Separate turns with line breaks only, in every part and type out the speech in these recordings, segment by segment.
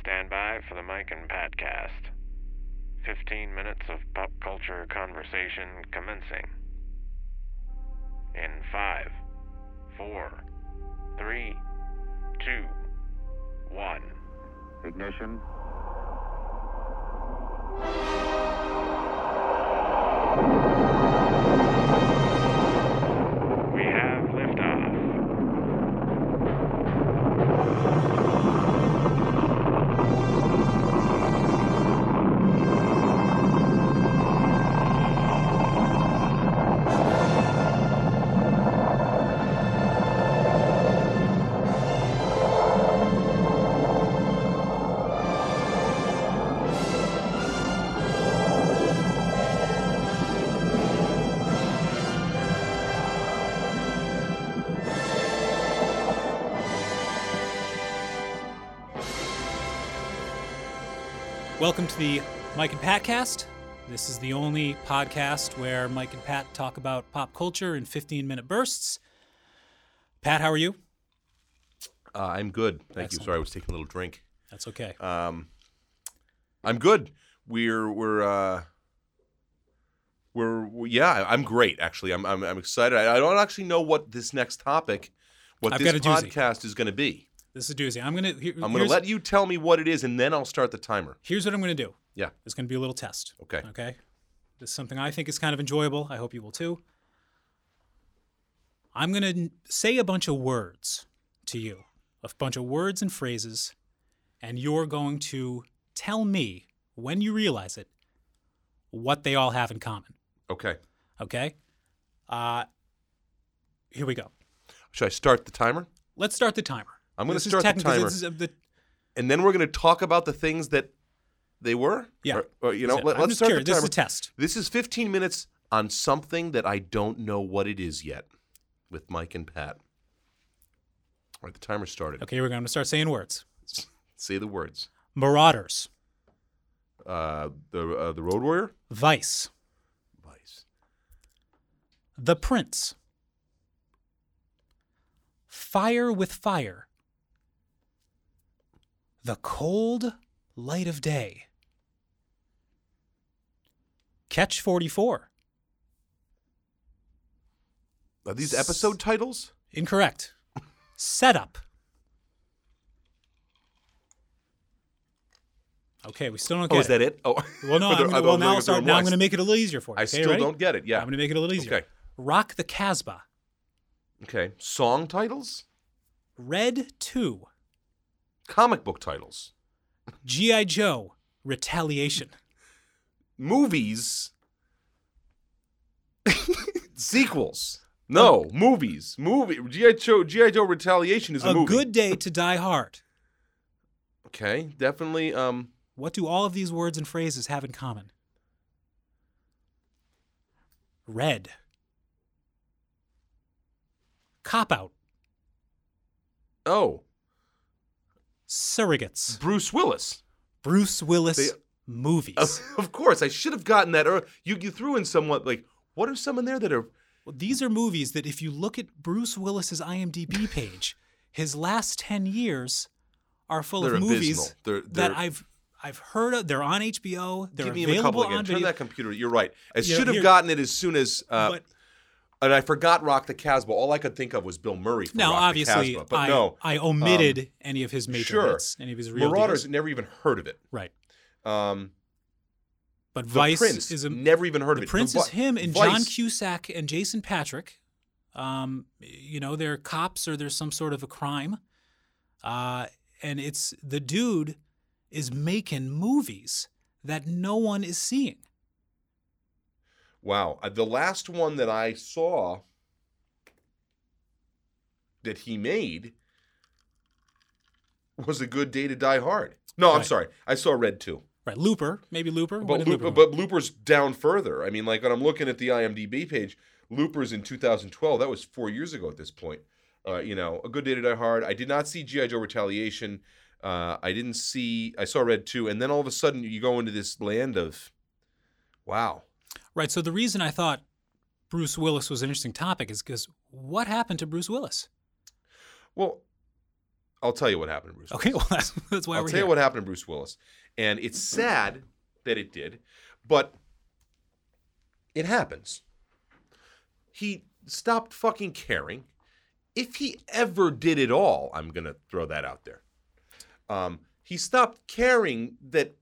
Stand by for the Mike and Podcast. 15 minutes of pop culture conversation commencing. In five, four, three, two, one.
Ignition.
We have liftoff.
Welcome to the Mike and Pat cast. This is the only podcast where Mike and Pat talk about pop culture in 15 minute bursts. Pat, how are you?
Uh, I'm good. Thank you. Sorry, I was taking a little drink.
That's okay.
Uh, I'm good. We're we're uh, we're we- yeah. I- I'm great. Actually, I'm I'm, I'm excited. I, I don't actually know what this next topic, what
I've
this
got a doozy.
podcast is going to be.
this is a doozy. I'm going to.
I'm going to let you tell me what it is, and then I'll start the timer.
Here's what I'm going to do
Yeah.
it's going to be a little test.
Okay.
Okay. This is something I think is kind of enjoyable. I hope you will too. I'm going to say a bunch of words to you, a bunch of words and phrases, and you're going to tell me when you realize it what they all have in common.
Okay.
Okay. Uh, here we go.
Should I start the timer?
Let's start the timer.
I'm gonna
This is
start the
technically-
timer.
This is of the,
And then we're going to talk about the things that they were.
Yeah.
Or, or, you know,
That's it.
let,
I'm
us
just
start
curious.
the
This
timer.
is a test.
This is 15 minutes on something that I don't know what it is yet with Mike and Pat. All right, the timer started.
Okay, here we go. I'm gonna start saying words.
Say the words.
Marauders,
Uh, the uh, the Road Warrior,
Vice,
Vice,
The Prince, Fire with Fire, The Cold Light of Day, Catch 44.
Are these episode titles?
Incorrect. Setup. Okay, we still don't get
Oh, is that it? Oh,
Well, no,
Are
I'm
there-
gonna,
are
well,
there-
now,
there
I'll start,
more?
now I'm going to make it a little easier for you.
I
okay,
still
ready?
don't get it. Yeah.
I'm going to make it a little easier.
Okay.
Rock the Casbah.
Okay. Song titles,
Red 2.
comic book titles,
G.I. Joe. Retaliation.
movies, sequels. No, movies. Movie. G.I. Joe. G.I. Joe Retaliation is a,
a
movie.
Good Day to Die Hard.
Okay, definitely. Um,
What do all of these words and phrases have in common? Red. Cop out.
oh,
Surrogates.
Bruce Willis.
Bruce Willis
They- Oh.
movies.
Of, of course, I should have gotten that. Or you you threw in somewhat like what are some in there that are
Well, these are movies that if you look at Bruce Willis's IMDb page, his last 10 years are full
They're
of movies
abysmal. They're-
that
they're-
I've I've heard of. They're on HBO. They're
give me a
available
couple again.
on
Turn
video.
that computer. You're right. I
Yeah,
should have
here-
gotten it as soon as. Uh,
but
and I forgot Rock the Casbah. All I could think of was Bill Murray. From
now,
Rock
obviously,
the Casbah, but
I,
no, um,
I omitted any of his major
sure.
hits, any of his real
Marauders
deals.
never even heard of it.
Right.
Um,
But
the
Vice
Prince
is a,
never even heard
the
of it.
Prince
The
is
Vi-
him and
Vice,
John Cusack and Jason Patrick. Um, you know, they're cops or there's some sort of a crime. Uh, and it's the dude is making movies that no one is seeing.
Wow. Uh, The last one that I saw that he made was a good day to die hard. No, I'm
Right.
sorry. I saw Red 2.
Right. Looper, maybe Looper. When
But,
did
Loop,
Looper
but Looper's down further. I mean, like when I'm looking at the IMDb page, Looper's in 2012. That was four years ago at this point. Uh, you know, a good day to die hard. I did not see GI Joe Retaliation. Uh, I didn't see. I saw Red 2, and then all of a sudden you go into this land of, wow.
Right. So the reason I thought Bruce Willis was an interesting topic is because what happened to Bruce Willis?
Well, I'll tell you what happened to Bruce.
Okay, well that's that's why
I'll
we're
tell
here. Mm-hmm.
you what happened to Bruce Willis, and it's sad that it did, but it happens. He stopped fucking caring. If he ever did it all, I'm gonna throw that out there. Um, he stopped caring that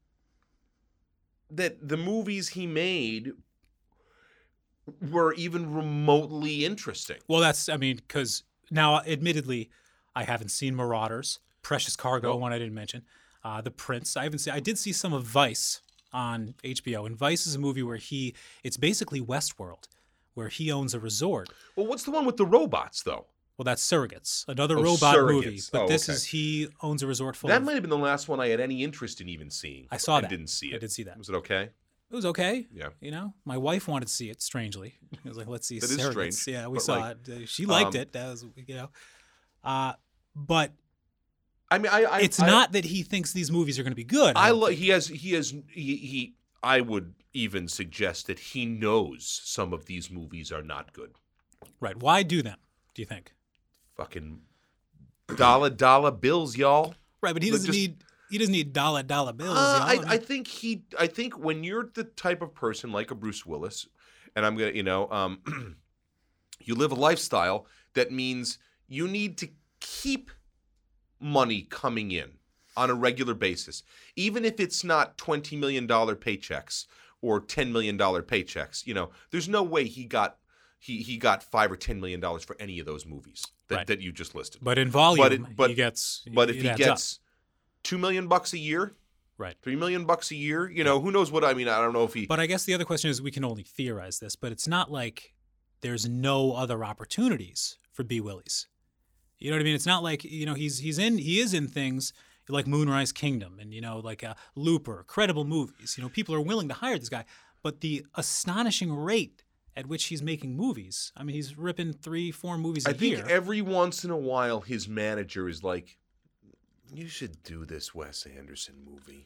that the movies he made were even remotely interesting.
well, that's I mean because now admittedly, I haven't seen Marauders, Precious Cargo,
Nope.
one I didn't mention, uh, The Prince. I haven't seen. I did see some of Vice on HBO, and Vice is a movie where he it's basically Westworld, where he owns a resort.
Well, what's the one with the robots though?
Well, that's Surrogates, another
Oh,
robot movie.
Surrogates.
But
Oh,
this
okay.
is he owns a resort full.
That
of,
might have been the last one I had any interest in even seeing.
I saw
and
that.
Didn't see it.
I did see that.
Was it okay?
It was okay.
Yeah.
You know, my wife wanted to see it. Strangely, I was like, "Let's see."
That is
Surrogates.
strange,
Yeah, we
but,
saw
like,
it. Uh, She liked
um,
it. That was you know, uh, but
I mean, I, I
it's
I-
not that he thinks these movies are going to be good.
I
don't
like he has he has he, he. I would even suggest that he knows some of these movies are not good.
think. right. Why do them? Do you think?
Fucking dollar dollar bills, y'all.
Right, but he
Like,
doesn't
just-
need he doesn't need dollar dollar bills.
Uh,
y'all.
I,
mean,
I think he. I think when you're the type of person like a Bruce Willis, and I'm gonna, you know, um, you live a lifestyle that means you need to keep money coming in on a regular basis, even if it's not twenty million dollar paychecks or ten million dollar paychecks. You know, there's no way he got he he got five or ten million dollars for any of those movies that,
Right.
that you just listed.
but in volume,
but it- but-
he gets.
But if
it
he
adds up.
gets two million bucks a year
right.
three million bucks a year. You know, who knows what I mean? I don't know if he.
But I guess the other question is we can only theorize this, but it's not like there's no other opportunities for B Willies. You know what I mean? It's not like, you know, he's he's in he is in things like Moonrise Kingdom and you know like uh, Looper, credible movies. You know, people are willing to hire this guy, but the astonishing rate at which he's making movies. I mean, he's ripping 3 4 movies a
I think
year.
every once in a while, his manager is like, "You should do this Wes Anderson movie,"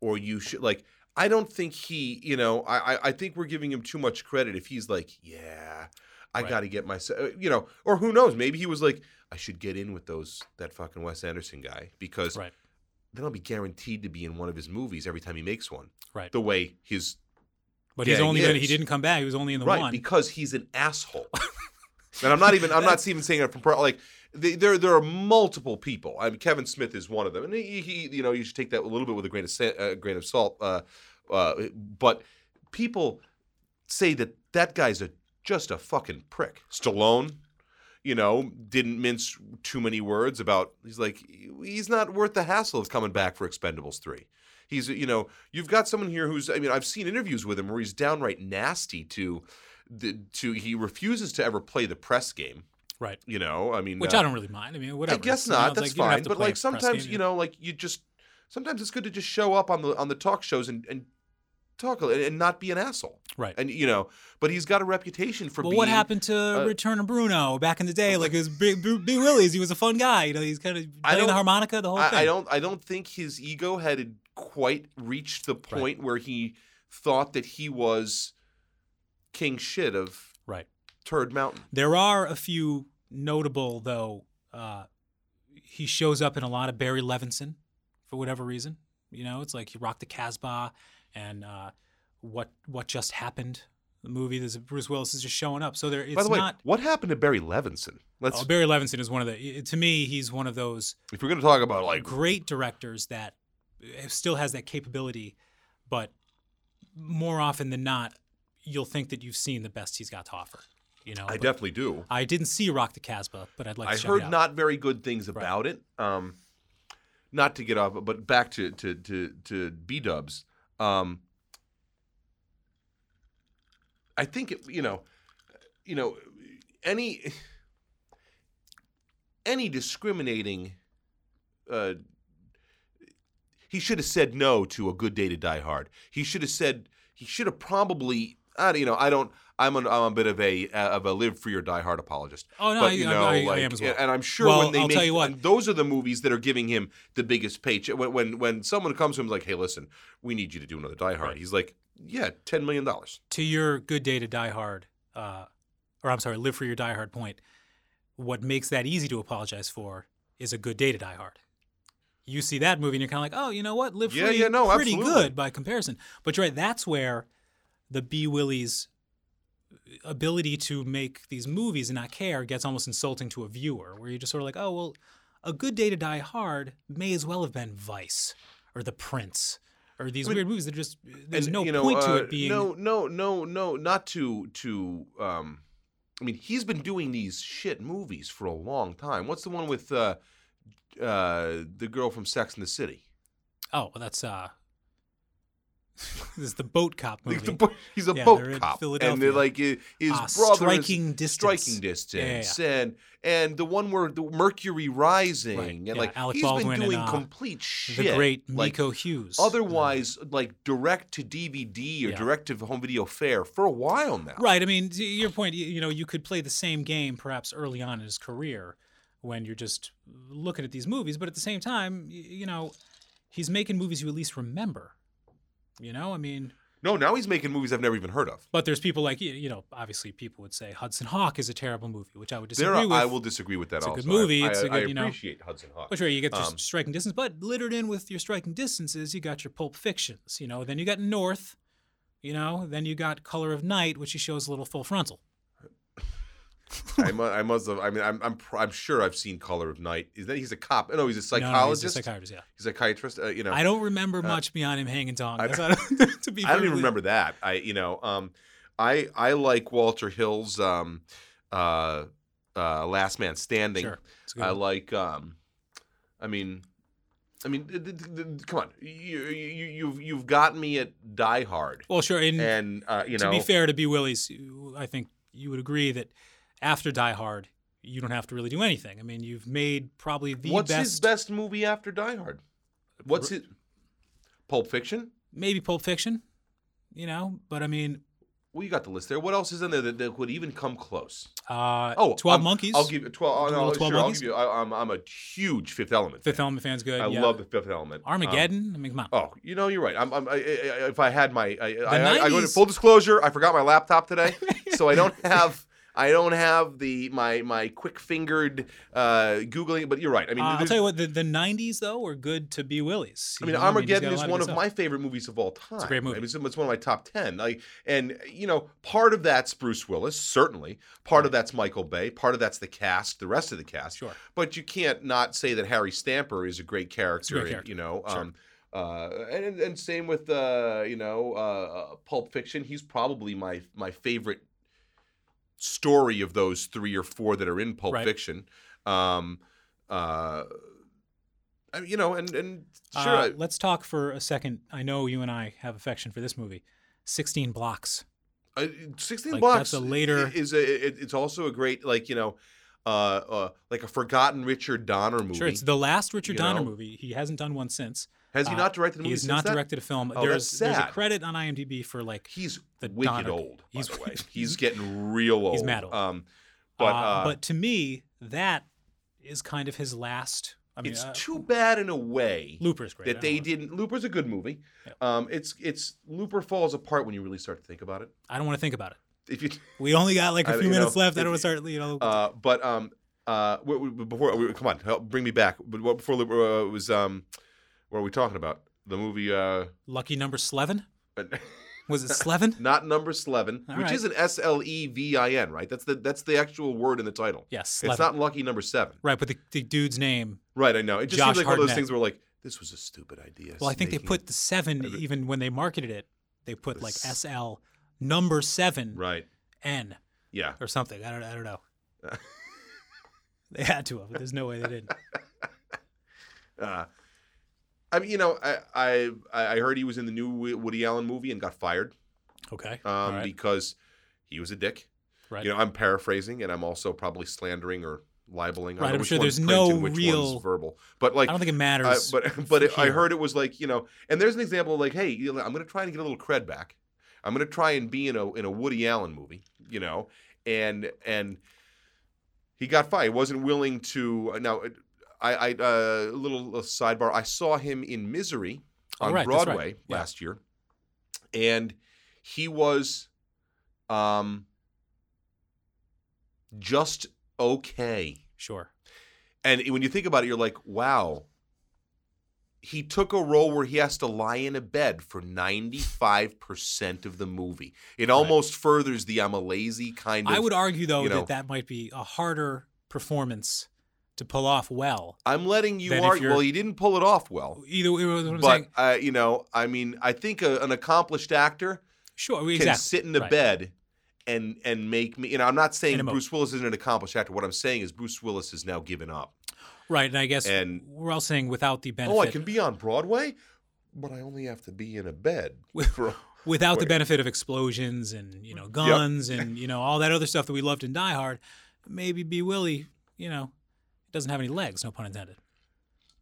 or you should like. I don't think he. You know, I I, I think we're giving him too much credit if he's like, "Yeah, I
Right.
got to get myself." You know, or who knows? Maybe he was like, "I should get in with those that fucking Wes Anderson guy because
right.
then I'll be guaranteed to be in one of his movies every time he makes one."
Right.
The way his
But he's
gang
only been, he
is-
didn't come back. He was only in the
right
one.
because he's an asshole. and I'm not even I'm not even saying it from per- like they, there there are multiple people. I mean, Kevin Smith is one of them, and he, he you know you should take that a little bit with a grain of sa- uh, grain of salt. Uh, uh, but people say that that guy's a just a fucking prick. Stallone, you know, didn't mince too many words about. He's like he's not worth the hassle of coming back for Expendables three. He's, you know, you've got someone here who's. I mean, I've seen interviews with him where he's downright nasty to, the, to he refuses to ever play the press game.
right.
You know, I mean,
Which
uh,
I don't really mind. I mean, whatever.
I guess
It's- you know,
not.
it's
That's
like, you don't have
fine.
to
But
play
like
press game,
sometimes, you know, like you just sometimes it's good to just show up on the on the talk shows and and talk a- and not be an asshole.
Right.
And you know, but he's got a reputation for
Well,
being
what happened to
uh,
Return of Bruno back in the day? Like it was Big, Big, Big Willie's. He was a fun guy. You know, he's kind of
I
playing the
don't-
harmonica the whole thing.
I, I don't I don't think his ego had quite reached the point where he thought that he was king shit of
Right.
Turd Mountain.
There are a few notable though. Uh, he shows up in a lot of Barry Levinson for whatever reason. You know, it's like he rocked the Casbah and uh, what what just happened. The movie, there's Bruce Willis is just showing up. So there, it's
By the way,
not.
what happened to Barry Levinson? Let's
Oh, Barry Levinson is one of the. To me, he's one of those
if we're going to talk about like
great directors that still has that capability, but more often than not, you'll think that you've seen the best he's got to offer. You know,
I
but
definitely do.
I didn't see Rock the Casbah, but I'd like
I
to check
heard
it out.
not very good things about it. Um, not to get off, but back to to to to B Dubs. Um, I think it, you know, you know, any any discriminating. Uh, he should have said no to a good day to die hard. He should have said he should have probably. I don't- you know I don't. I'm an, I'm a bit of a uh, of a live free or die hard apologist
Oh no,
but,
I,
you
I-
know,
I, I
like,
am as well.
and I'm sure
Well,
when they
I'll
make
tell you what.
and those are the movies that are giving him the biggest paycheck. When when when someone comes to him like, "Hey, listen, we need you to do another Die Hard,"
Right.
he's like, "Yeah, ten million dollars."
to your Good Day to Die Hard, uh, or I'm sorry, Live for Your Die Hard point. What makes that easy to apologize for is a good day to die hard. You see that movie and you're kind of like, oh, you know what? Live
Yeah,
free,
yeah, no,
pretty
absolutely.
good by comparison. But you're right. That's where the B. Willie's ability to make these movies and not care gets almost insulting to a viewer, where you're just sort of like, oh, well, a good day to die hard may as well have been Vice or The Prince or these weird movies that are just there's
And,
no
you know,
point to
uh,
it being
no, no, no, no, not to to. Um, I mean, he's been doing these shit movies for a long time. What's the one with uh, uh, the girl from Sex and the City?
Oh, well, that's uh, this is the boat cop movie.
Like, the bo- he's a
Yeah, they're in
boat cop, and
Philadelphia.
they're like i- his
Ah,
brother
striking
is,
distance.
striking distance, and and the one where the Mercury Rising,
Right,
and
yeah,
like
Alec
he's
Baldwin
been
and,
doing
uh,
complete shit.
the great
like,
Nico Hughes.
Otherwise, like direct to DVD or
Yeah.
direct to home video fare for a while now.
right? I mean, to your point. You, you know, you could play the same game perhaps early on in his career when you're just looking at these movies, but at the same time, you, you know, he's making movies you at least remember. You know, I mean,
No, now he's making movies I've never even heard of.
but there's people like you, you know, obviously people would say Hudson Hawk is a terrible movie, which I would disagree
There, are,
with.
I will disagree with that.
It's a
also.
good movie,
I,
it's a
I,
good, you know-
I appreciate Hudson Hawk.
Well, sure, you got your
Um,
striking distance, but littered in with your striking distances, you got your Pulp Fictions, you know. Then you got North, you know. Then you got Color of Night, which he shows a little full frontal.
I, mu- I must have. I mean, I'm, I'm, pr- I'm sure I've seen Color of Night. Is that he's a cop? No, he's a
No, no, he's a
psychologist.
psychiatrist, yeah.
he's a psychiatrist. Uh, you know,
I don't remember much beyond him hanging dong.
I
That's how to- to be
I don't
perfectly-
even remember that. I you know, um, I I like Walter Hill's um, uh, uh, Last Man Standing.
Sure, it's a good
I
one.
like. Um, I mean, I mean, th- th- th- th- come on, you, you you- you've you've got me at Die Hard,
Well, sure, and,
and uh, you know,
to be fair to B. Willies, I think you would agree that after Die Hard, you don't have to really do anything. I mean, you've made probably the
what's
best,
his best movie after Die Hard? What's it? Pulp Fiction.
maybe Pulp Fiction, you know. But I mean,
Well, you got the list there. What else is in there that, that would even come close?
uh,
Oh,
12
um,
Monkeys.
I'll give you twelve.
Do
Oh,
a
no,
little 12
sure, I'll
Monkeys?
give you. I, I'm, I'm a huge Fifth Element.
Fifth
fan.
Element fans good.
I
yeah.
love the Fifth Element. Um,
Armageddon. I mean, come on.
Oh, you know, you're right. I'm, I'm, I, I, I- if I had my, I, I, I, I go to
90s
full disclosure. I forgot my laptop today, so I don't have, I don't have the my my quick fingered uh, googling. But you're right. I mean,
Uh, I'll
there's-
tell you what, the, the 90s, though, were good to be Willies.
I
You
mean,
know, he's got
Armageddon
a lot
is
good
one of
stuff.
my favorite movies of all time.
a great movie.
I mean, it's, it's one of my top ten. Like, and you know, part of that's Bruce Willis, certainly. Part of that's Michael Bay. Part of that's the cast, the rest of the cast.
Sure.
But you can't not say that Harry Stamper is a great character.
great
and,
character.
You know. Um, uh, and- and, and same with uh, you know uh, uh, Pulp Fiction. He's probably my my favorite story of those three or four that are in Pulp
Right.
Fiction. Um, uh, I- you know, and and
Uh,
sure, I-
let's talk for a second. I know you and I have affection for this movie 16 Blocks.
Uh, Sixteen
Like,
blocks.
that's a later-
Is a, it, it's also a great like you know, uh, uh like a forgotten Richard Donner movie.
Sure, it's the last Richard
You
Donner
know?
movie. He hasn't done one since.
Has he
uh,
not directed a movie?
He's
since
not
that?
directed a film.
Oh,
there's,
that's
there's a
sad.
credit on IMDb for like.
He's
the
wicked
Donner-
old.
he's
He's by the way.
wicked-
he's getting real old.
He's mad old.
Um, but uh,
but to me, that is kind of his last. I mean,
it's
uh,
too bad in a way
Looper's great. I
that
don't
they
wanna-
didn't. Looper's a good movie. Um, it's it's Looper falls apart when you really start to think about it.
I don't want to think about it.
If you
We only got like a
I-
few
you know,
minutes left. I
if-
don't want to start, you know.
Uh, but um, uh, w- w- before w- come on, help bring me back. But what before uh, it was um, what are we talking about? The movie uh,
Lucky number 11? Was it Slevin?
not number eleven,
All
which
right.
is an S L E V I N, right? That's the that's the actual word in the title.
yes,
It's
Slevin.
not lucky number seven,
right, but the, the dude's name.
right? I know. It just
Josh
seems like one of those
Hartnett.
things where like this was a stupid idea.
Well, I think they
making
put the seven,
every-
even when they marketed it, they put
The
like
s-
SL number seven
it- right.
N
Yeah,
or something. I don't, I don't know. they had to have, but there's no way they didn't.
uh, I mean, you know, I, I I heard he was in the new Wo- Woody Allen movie and got fired
Okay.
um,
All right.
because he was a dick.
right.
you know, I'm paraphrasing and I'm also probably slandering or libeling. I
Right,
don't know
I'm
which
sure
one's
there's
print and
no
which one's
real-
verbal, but like,
I don't think it
I-
matters.
but but it, I
here.
heard it was like you know, and there's an example of like, hey, you know, I'm gonna try and get a little cred back. I'm gonna try and be in a in a Woody Allen movie, you know, and and he got fired. He wasn't willing to uh, now. I, I uh, a little sidebar. I saw him in Misery
Oh,
on
right, that's right.
Broadway
Yeah.
last year, and he was um just okay.
sure.
And when you think about it, you're like, wow. He took a role where he has to lie in a bed for 95% of the movie. It almost furthers the I'm a lazy kind of
I would argue though
you know-
that that might be a harder performance to pull off well.
I'm letting you
Then if
argue.
you're-
Well, he didn't pull it off well.
Either way, what I'm
but
saying,
uh, you know, I mean, I think a, an accomplished actor
sure, we-
can
exactly.
sit in a
right.
bed and and make me. You know, I'm not saying
And emote.
Bruce Willis isn't an accomplished actor. What I'm saying is Bruce Willis has now given up.
Right, and I guess
And-
we're all saying without the benefit
Oh, I can be on Broadway, but I only have to be in a bed. for-
without the
Wait.
benefit of explosions and you know guns and you know all that other stuff that we loved in Die Hard, maybe B Willie, you know, doesn't have any legs, no pun intended.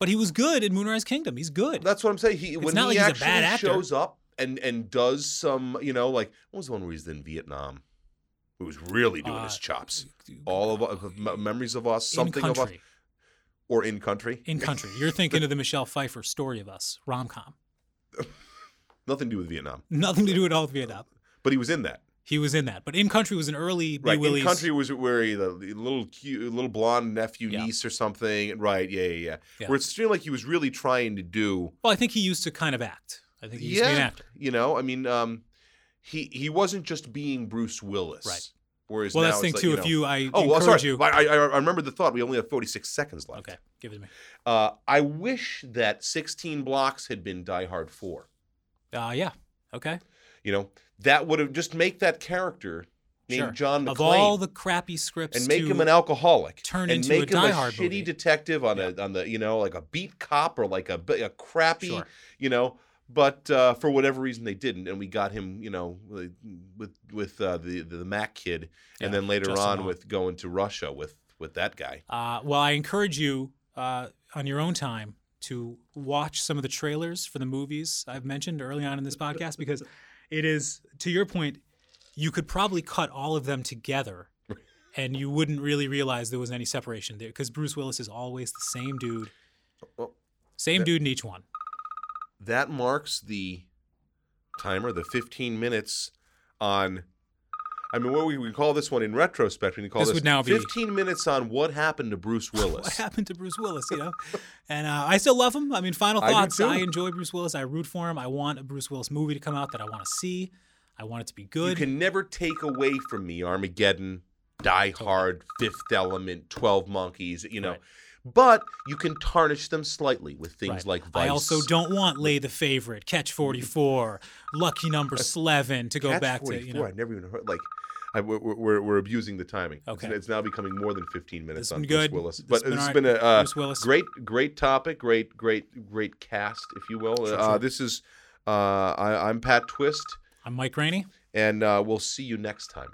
But he was good in Moonrise Kingdom. He's good.
That's what I'm saying. He when
not
he
like he's a
actually
bad actor.
shows up and and does some, you know, like what was the one where he's in Vietnam? Who was really doing
Uh,
his chops? All of us, m- memories of us, something
in
of us,
country,
or in country.
in country. You're thinking of the Michelle Pfeiffer story of us rom com.
Nothing to do with Vietnam,
Nothing to do at all with Vietnam.
but he was in that.
He was in that, but in country was an early B
Right,
Willie's.
in country was where he, the little cute, little blonde nephew,
Yeah.
niece, or something. Right, yeah, yeah, yeah,
Yeah.
Where it's feeling like he was really trying to do.
Well, I think he used to kind of act. I think he used to be an
yeah,
actor.
you know, I mean, um, he he wasn't just being Bruce Willis.
Right.
Whereas
Well,
now
that's the
it's
thing
like,
too.
you
if
know-
you, I
oh, well,
encourage
sorry,
you.
I, I I remember the thought. We only have forty six seconds left.
Okay, give it to me.
Uh, I wish that sixteen blocks had been Die Hard four.
Uh, yeah. Okay.
You know, that would have just make that character named
Sure.
John McClane.
Of all the crappy scripts,
and make
to-
him an alcoholic
turn
and
into a
make
Die
him a
Hard
shitty
movie.
detective on a on the you know like a beat cop or like a b- a crappy
Sure.
you know but uh, for whatever reason they didn't and we got him you know with with- with uh, the the Mac kid and
Yeah,
then later
Justin
on
Long.
with going to Russia with with that guy
Uh, well, I encourage you uh, on your own time to watch some of the trailers for the movies I've mentioned early on in this podcast because it is, to your point, you could probably cut all of them together and you wouldn't really realize there was any separation there because Bruce Willis is always the same dude.
Well,
Same dude in each one.
that marks the timer the 15 minutes on I mean what we, we call this one in retrospect we can call
This
this,
would now be-
15 minutes on what happened to Bruce Willis
What happened to Bruce Willis, you know? And uh, I still love him. I mean, final
I do
thoughts.
too.
I, enjoy Bruce Willis. I root for him. I want a Bruce Willis movie to come out that I want to see. I want it to be
You
good.
can never take away from me Armageddon, Die Hard, Fifth Element, Twelve Monkeys. You know,
Right.
but you can tarnish them slightly with things
Right.
like Vice.
I also don't want Lay the Favorite, Catch 44, Lucky Number 11 to go
Catch
back to,
44,
you know.
I never even heard like. I, we're, we're, we're abusing the timing. It's-
Okay.
It's, now becoming more than 15 minutes
This
on
has been good.
Bruce Willis.
This
But
has been
it's
all
been a
right.
uh,
Bruce Willis.
great great topic, great great great cast, if you will. Uh,
sure.
this is uh, I, I'm Pat Twist,
I'm Mike Rainey.
and uh, we'll see you next time.